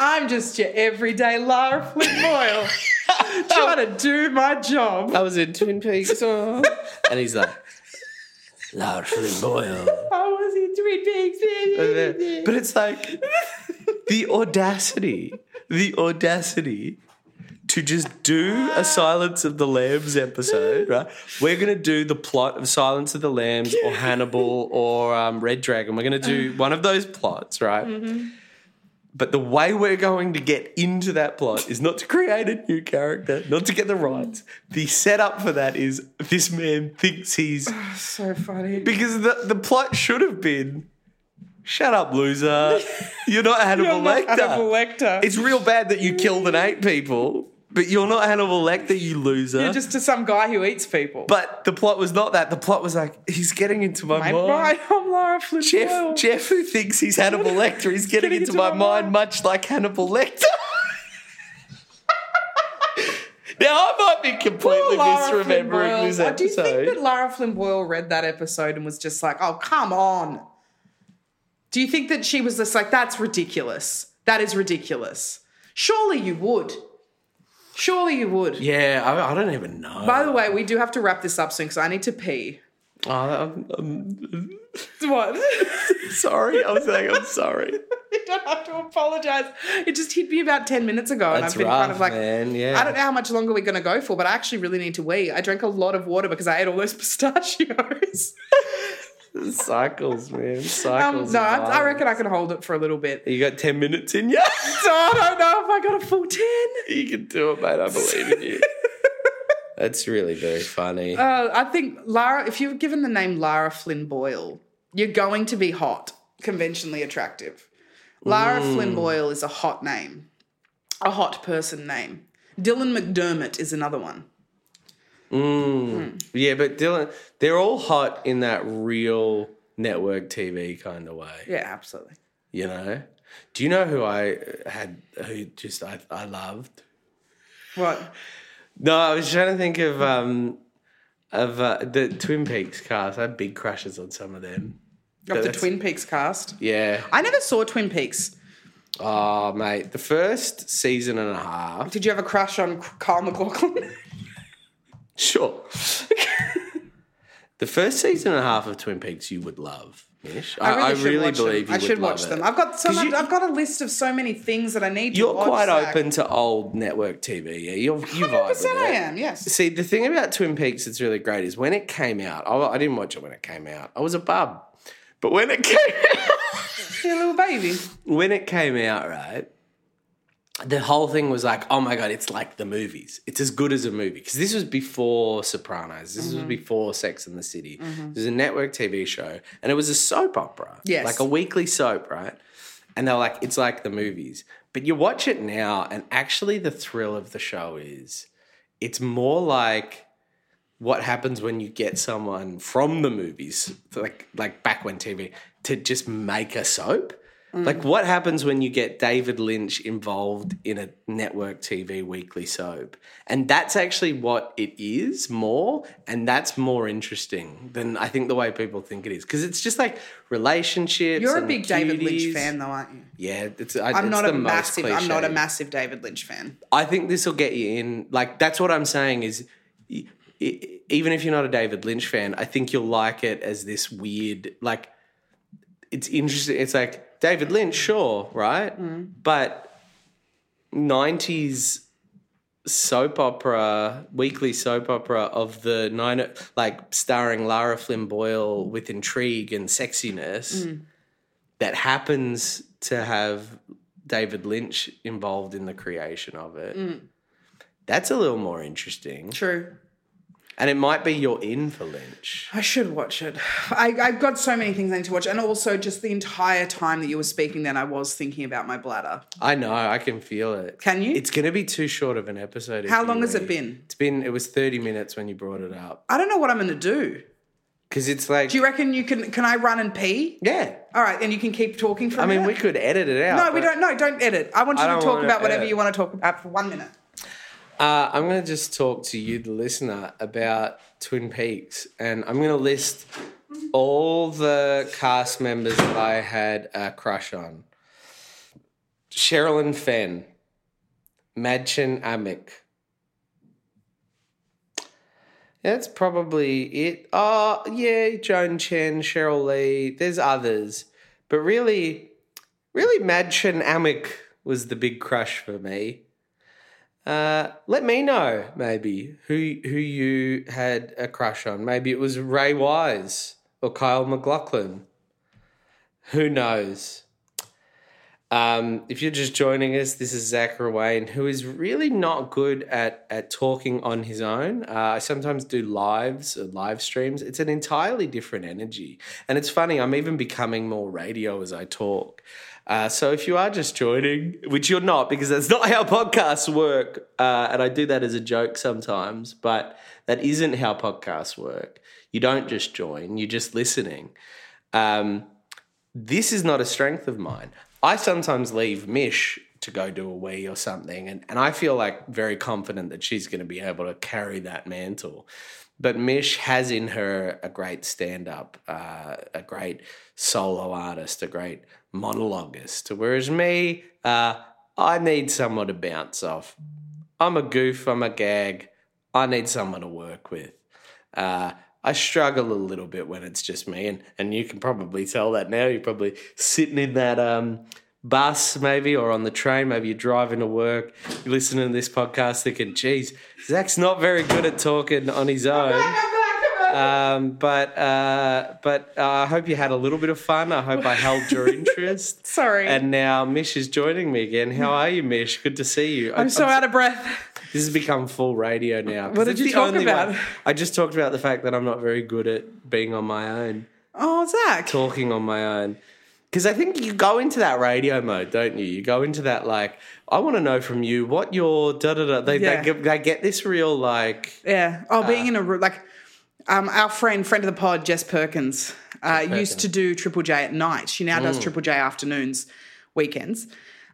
I'm just your everyday Lara Flynn Boyle.
*laughs*
trying to do my job.
I was in Twin Peaks oh. *laughs* and he's like Lara Flynn Boyle
I was in Twin Peaks.
there. But it's like the audacity, the audacity to just do a Silence of the Lambs episode, right? We're going to do the plot of Silence of the Lambs or Hannibal or um, Red Dragon. We're going to do one of those plots, right? But the way we're going to get into that plot is not to create a new character, not to get the rights. The setup for that is this man thinks he's
So funny.
because the, the plot should have been shut up, loser. You're not Hannibal
You're not
Lecter.
Hannibal Lecter.
It's real bad that you killed and ate people, but you're not Hannibal Lecter, you loser.
You're just to some guy who eats people.
but the plot was not that. The plot was like, he's getting into my
I'm,
mind.
right, I'm Lara Flynn
Jeff,
Boyle.
Jeff, who thinks he's Hannibal Lecter, he's getting, into, my, mind, much like Hannibal Lecter. *laughs* now I might be completely
Lara Flynn
misremembering
Boyle.
this
I Do you
episode.
think that Lara Flynn Boyle read that episode and was just like, oh, come on? Do you think that she was just like, that's ridiculous? That is ridiculous. Surely you would. Surely you would.
Yeah, I, I don't even know.
By the way, we do have to wrap this up soon because I need to pee.
oh, I'm, I'm-
What? *laughs* you
sorry. I'm saying I'm sorry.
don't have to apologize. It just hit me about 10 minutes ago *laughs* and
That's
I've been
rough,
kind of like,
man. Yeah.
I don't know how much longer we're going to go for, but I actually really need to wee. I drank a lot of water because I ate all those *laughs* pistachios.
Cycles, man.
um,
Cycles.
no,
of
I, I
life.
reckon I can hold it for a little bit.
You got 10 minutes in
*laughs*
you?
So I don't know if I got a full 10.
you can do it, mate. I believe in
*laughs*
you. That's really very funny.
Uh, I think Lara, if you're given the name Lara Flynn Boyle, you're going to be hot, conventionally attractive. Lara
Mm.
Flynn Boyle is a hot name, a hot person name. Dylan McDermott is another one.
yeah, but Dylan, they're all hot in that real network TV kind of way,
Yeah, absolutely.
you know? Do you know who I had, who just I, I loved?
What?
No, I was trying to think of um of uh, the Twin Peaks cast. I had big crushes on some of them.
Of the
That's-
Twin Peaks cast.
Yeah.
I never saw Twin Peaks.
Oh, mate. The first season and a half.
Did you have a crush on Carl *laughs* McLaughlin?
Sure. *laughs* the first season and a half of Twin Peaks you would love, Mish. I, I really,
should watch them.
believe you
I
would
should
love
watch
it.
them. I've got so
'Cause
much,
you-
I've got a list of so many things that I need to
You're
watch,
quite
Zach.
open to old network TV. Yeah, you're, you vibe with
100% I
it.
am, yes.
See, the thing about Twin Peaks that's really great is when it came out, I, I didn't watch it when it came out. I was a bub. But when it *laughs* came
You're a little baby.
when it came out, right? The whole thing was like, oh my god, it's like the movies. It's as good as a movie because this was before Sopranos. This was before Sex and the City. It was a network TV show, and it was a soap opera,
Yes.
like a weekly soap, right? And they're like, it's like the movies. But you watch it now, and actually, the thrill of the show is it's more like what happens when you get someone from the movies, like like back when TV, to just make a soap.
Mm.
Like what happens when you get David Lynch involved in a network TV weekly soap, and that's actually what it is more, and that's more interesting than I think the way people think it is because it's just like relationships.
You're a
and
big David Lynch
cuties.
fan, though, aren't you?
Yeah, it's, I,
I'm
it's
not
the
a
most
massive. I'm not a
cliched.
massive David Lynch fan.
I think this will get you in. Like that's what I'm saying is, e- e- even if you're not a David Lynch fan, I think you'll like it as this weird. Like it's interesting. It's like David Lynch, sure, right, but '90s soap opera, weekly soap opera of the nine, like starring Lara Flynn Boyle with intrigue and sexiness that happens to have David Lynch involved in the creation of it. That's a little more interesting.
True.
And it might be you're in for Lynch.
I should watch it. I, I've got so many things I need to watch, and also just the entire time that you were speaking, then I was thinking about my bladder.
I know, I can feel it.
Can you?
It's going to be too short of an episode. if
How
you
long has it
leave.
been?
It's been, it was 30 minutes when you brought it up.
I don't know what I'm going to do.
Because it's like,
Do you reckon you can? Can I run and pee?
yeah.
All right, then you can keep talking for. a
I mean,
minute.
we could edit it out.
No, we
but,
don't. No, don't edit. I want you
I
to
don't
talk
wanna
about whatever
edit.
you want to talk about for one minute.
Uh, I'm going to just talk to you, the listener, about Twin Peaks. And I'm going to list all the cast members that I had a crush on Sherilyn Fenn, Madchen Amick. That's probably it. Oh, yeah, Joan Chen, Cheryl Lee. There's others. But really, really, Madchen Amick was the big crush for me. Uh, let me know maybe who who you had a crush on. Maybe it was Ray Wise or Kyle McLaughlin. Who knows? Um, if you're just joining us, this is Zach Wayne, who is really not good at at talking on his own. Uh, I sometimes do lives or live streams. It's an entirely different energy, and it's funny. I'm even becoming more radio as I talk. Uh, so if you are just joining, which you're not, because that's not how podcasts work, uh, and I do that as a joke sometimes, but that isn't how podcasts work. You don't just join; you're just listening. Um, this is not a strength of mine. I sometimes leave Mish to go do a wee or something, and, and I feel like very confident that she's going to be able to carry that mantle. But Mish has in her a great stand up, uh, a great solo artist, a great monologuist. Whereas me, uh, I need someone to bounce off. I'm a goof. I'm a gag. I need someone to work with. Uh, I struggle a little bit when it's just me, and and you can probably tell that now. You're probably sitting in that um, bus, maybe, or on the train. Maybe you're driving to work. You're listening to this podcast, thinking, "Geez, Zach's not very good at talking on his own." Um, but uh, but uh, I hope you had a little bit of fun. I hope I held
*laughs*
your interest.
Sorry.
And now Mish is joining me again. How are you, Mish? Good to see you.
I'm so out of breath.
This has become full radio now.
What did
It's
you
the
talk
only
about?
one- I just talked about the fact that I'm not very good at being on my own,
Oh, Zach.
talking on my own. Because I think you go into that radio mode, don't you? You go into that like, I want to know from you what your da da da. They,
Yeah.
they, get, they get this real like
Yeah. Oh, being
Uh,
in a room like um, our friend, friend of the pod, Jess Perkins, uh, used to do Triple J at night. She now
Mm.
does Triple J afternoons, weekends.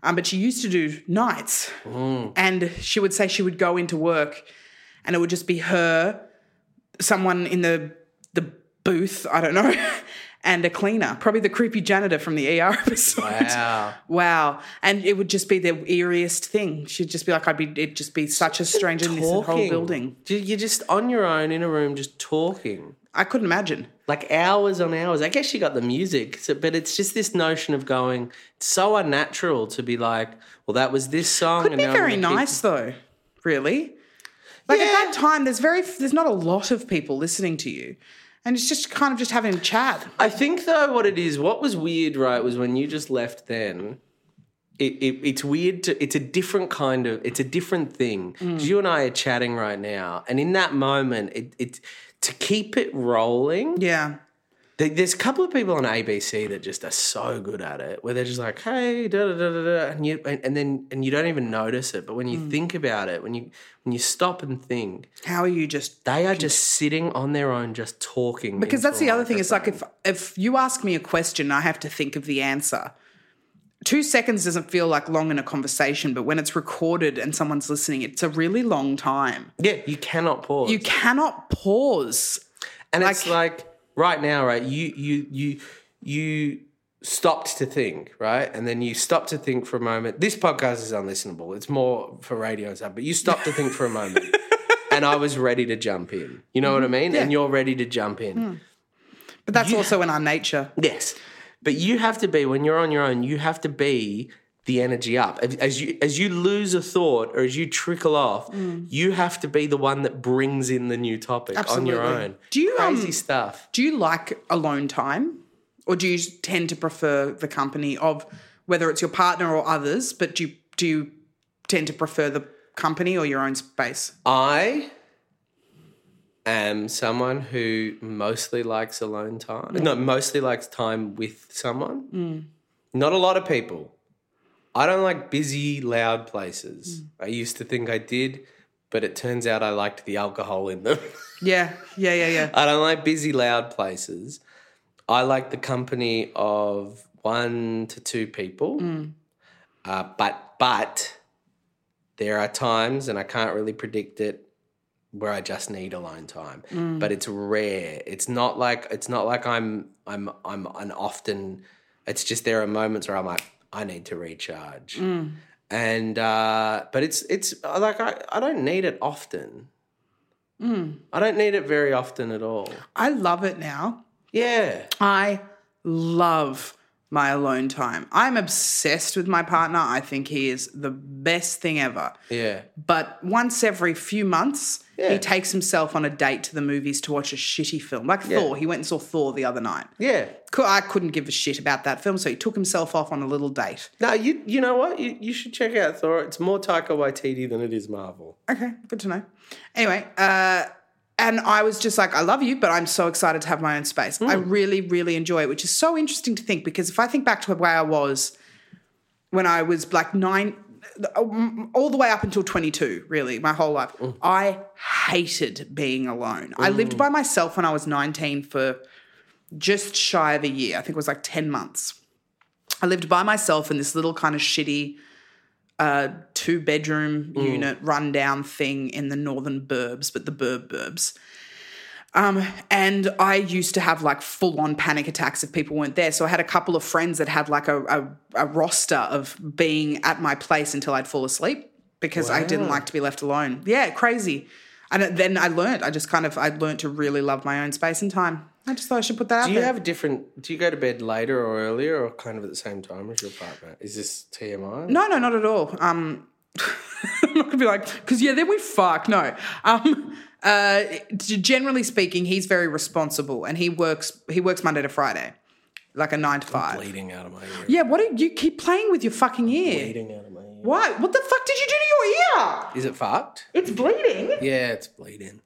Um, but she used to do nights,
Mm.
and she would say she would go into work, and it would just be her, someone in the the booth, I don't know, *laughs* and a cleaner, probably the creepy janitor from the ER *laughs* episode.
wow.
Wow. And it would just be the eeriest thing. She'd just be like, I'd be, it'd just be such a stranger in this whole
Talking.
building.
You- You're just on your own in a room, just talking.
I couldn't imagine.
like hours on hours. I guess you got the music, so, but it's just this notion of going. It's so unnatural to be like, well, that was this song.
Could be
now I'm
very
gonna keep-
nice though, really. Like at that time, there's very, there's not a lot of people listening to you. And it's just kind of just having a chat.
I think though, what it is, what was weird, right, was when you just left. Then it, it it's weird. To, it's a different kind of. It's a different thing.
Mm.
'Cause You and I are chatting right now, and in that moment, it it to keep it rolling.
Yeah.
There- There's a couple of people on ABC that just are so good at it, where they're just like, "Hey, da da da da,", da and you and, and then and you don't even notice it. But when
Mm.
you think about it, when you when you stop and think,
How are you just
they are just sitting on their own, just talking.
Because
into
that's
a
the other thing. It's like if if you ask me a question, I have to think of the answer. Two seconds doesn't feel like long in a conversation, but when it's recorded and someone's listening, it's a really long time.
microphone. yeah, you cannot pause.
You cannot pause.
and it's like right now, right? You you you you stopped to think, right? And then you stopped to think for a moment. This podcast is unlistenable. It's more for radio and stuff, but you stopped to think for a
*laughs*
moment. and I was ready to jump in. You know what I mean? And you're ready to jump in.
Hmm. But that's also in our nature.
Yes. But you have to be when you're on your own, you have to be the energy up. As- As you as you lose a thought or as you trickle off,
Hmm.
you have to be the one that brings in the new topic on your
Absolutely.
own.
Do you, um,
crazy stuff?
Do you like alone time? Or do you tend to prefer the company of whether it's your partner or others, but do you, do you tend to prefer the company or your own space?
I am someone who mostly likes alone time. No, mostly likes time with someone. Not a lot of people. I don't like busy, loud places. I used to think I did, but it turns out I liked the alcohol in them. *laughs*
Yeah, yeah, yeah, yeah.
I don't like busy, loud places. I like the company of one to two people.
Mm.
Uh, but but there are times, and I can't really predict it, where I just need alone time. But it's rare. It's not like it's not like I'm I'm I'm an often. It's just there are moments where I'm like I need to recharge. And uh, but it's it's uh, like I, I don't need it often. I don't need it very often at all.
I love it now.
Yeah.
I love my alone time. I'm obsessed with my partner. I think he is the best thing ever.
Yeah.
But once every few months,
Yeah.
he takes himself on a date to the movies to watch a shitty film, like Thor. He went and saw Thor the other night.
Yeah.
Co- I couldn't give a shit about that film, so he took himself off on a little date.
No, you you know what? You, you should check out Thor. It's more Taika Waititi than it is Marvel.
Okay, good to know. Anyway, uh, and I was just like, I love you, but I'm so excited to have my own space. I really, really enjoy it, which is so interesting to think because if I think back to where I was when I was like nine, all the way up until 22, really, my whole life, I hated being alone. I lived by myself when I was 19 for just shy of a year. I think it was like 10 months. I lived by myself in this little kind of shitty uh, two bedroom
Mm.
unit rundown thing in the northern burbs, but the burb burbs. Um, and I used to have like full on panic attacks if people weren't there. So I had a couple of friends that had like a, a, a roster of being at my place until I'd fall asleep because I didn't like to be left alone. Yeah, crazy. And then I learned. I just kind of I learned to really love my own space and time. I just thought I should put that
Do
out
you
there.
have a different? Do you go to bed later or earlier, or kind of at the same time as your partner? Is this TMI?
No, no, not at all. Um, *laughs* I'm not gonna be like, because yeah, then we fuck. No. Um, *laughs* uh, g- generally speaking, he's very responsible, and he works. He works Monday to Friday, like a nine to five.
bleeding out of my ear.
Yeah. What do you keep playing with your fucking ear?
bleeding out of my ear.
Why? What the fuck did you do to your ear?
Is it fucked?
It's bleeding.
Yeah, it's bleeding.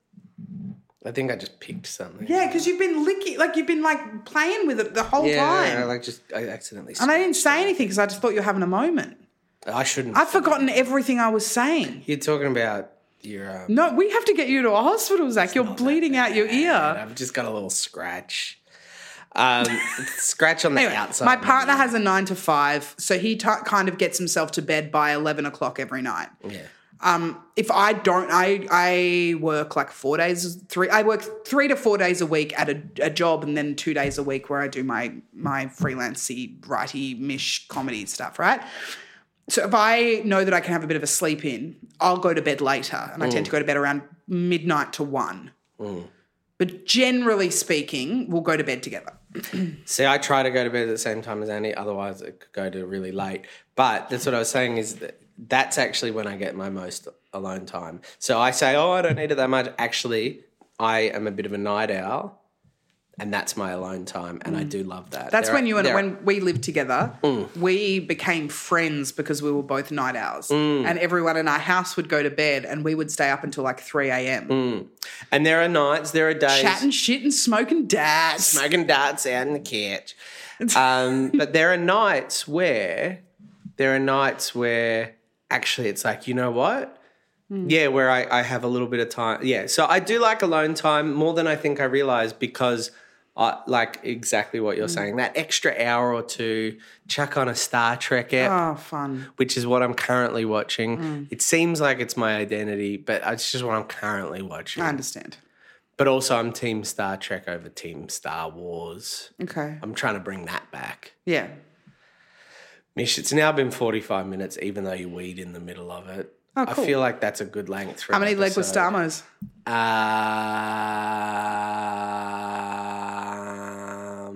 I think I just picked something.
Yeah, because you've been licking, like you've been like playing with it the whole
yeah.
time.
I like just I accidentally.
and I didn't say anything because I just thought you were having a moment.
I shouldn't.
I've forgotten everything I was saying.
You're talking about your. Um,
No, we have to get you to a hospital, Zach. You're bleeding out your ear.
I've just got a little scratch. Um, *laughs* scratch on the
Anyway,
outside.
my partner has a nine to five, so he t- kind of gets himself to bed by eleven o'clock every night.
Yeah.
If I don't, I I work like four days, three. I work three to four days a week at a, a job, and then two days a week where I do my my freelancy righty mish comedy stuff. Right. So if I know that I can have a bit of a sleep in, I'll go to bed later, and I
Mm.
tend to go to bed around midnight to one. But generally speaking, we'll go to bed together.
See, I try to go to bed at the same time as Annie, otherwise it could go to really late. But that's what I was saying is that that's actually when I get my most alone time. So I say, oh, I don't need it that much. Actually, I am a bit of a night owl, and that's my alone time, and I do love that.
Mm. That's
There
when
are-
you and
there are-
when we lived together, we became friends because we were both night owls, and everyone in our house would go to bed, and we would stay up until like three a.m.
and there are nights, there are days.
chatting shit and smoking dads.
smoking darts out in the couch. Um, but there are nights where there are nights where actually it's like, you know what?
Hmm.
Yeah, where I, I have a little bit of time. Yeah. So I do like alone time more than I think I realize because I like exactly what you're
Hmm.
saying. That extra hour or two, chuck on a Star Trek app
Oh, fun!
which is what I'm currently watching.
Hmm.
It seems like it's my identity, but it's just what I'm currently watching.
I understand.
But also, I'm Team Star Trek over Team Star Wars.
Okay,
I'm trying to bring that back.
yeah.
Mish, it's now been 45 minutes, even though you weed in the middle of it.
Oh, cool.
I feel like that's a good length. for
How
an
many leg was
episode.
Stamos?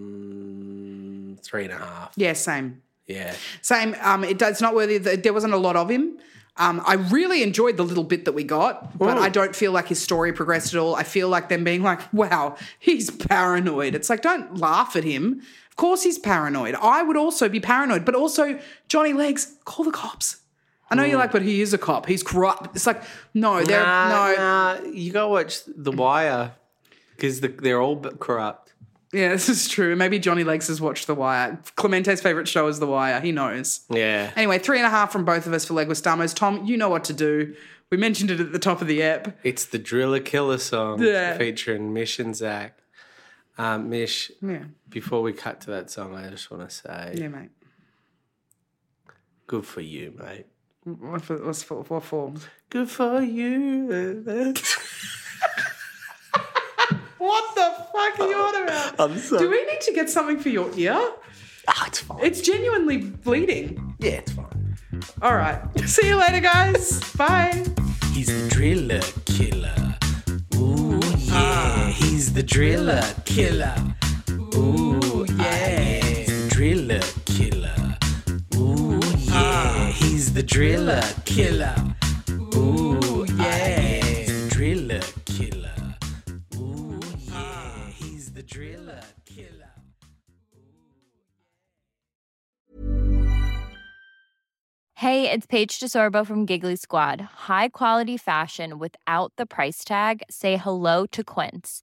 Um, three and a half.
Yeah, same,
Yeah.
same. Um, it, it's not worthy. That, there wasn't a lot of him. Um, I really enjoyed the little bit that we got, but I don't feel like his story progressed at all. I feel like them being like, wow, he's paranoid. It's like, don't laugh at him. Of course he's paranoid. I would also be paranoid, but also, Johnny Legs, call the cops. I know you're like, but he is a cop. He's corrupt. It's like, no, they're
Nah,
no.
nah, you go watch The Wire because the, they're all b- corrupt.
Yeah, *laughs* this is true. Maybe Johnny Legs has watched The Wire. Clemente's favorite show is The Wire. He knows.
Yeah.
Anyway, three and a half from both of us for Leguistamo's. Tom, you know what to do. We mentioned it at the top of the app.
It's the Driller Killer song
Yeah.
featuring Mish and Zach. Um, Mish,
Yeah,
before we cut to that song, I just want to say
yeah, mate.
good for you, mate.
What for? What's for, what for?
Good for you.
What the fuck are you on about?
*laughs* I'm sorry.
Do we need to get something for your ear?
Ah, it's fine.
It's genuinely bleeding.
Yeah, it's fine.
All right. See you later, guys. Bye.
He's the driller killer. Ooh, yeah. He's the driller killer. Ooh, yeah. He's the driller killer. Ooh, yeah. He's the driller killer. Ooh, yeah. He's the driller killer. Ooh, yeah. He's the driller killer.
Hey, it's Paige DeSorbo from Giggly Squad. High quality fashion without the price tag. Say hello to Quince.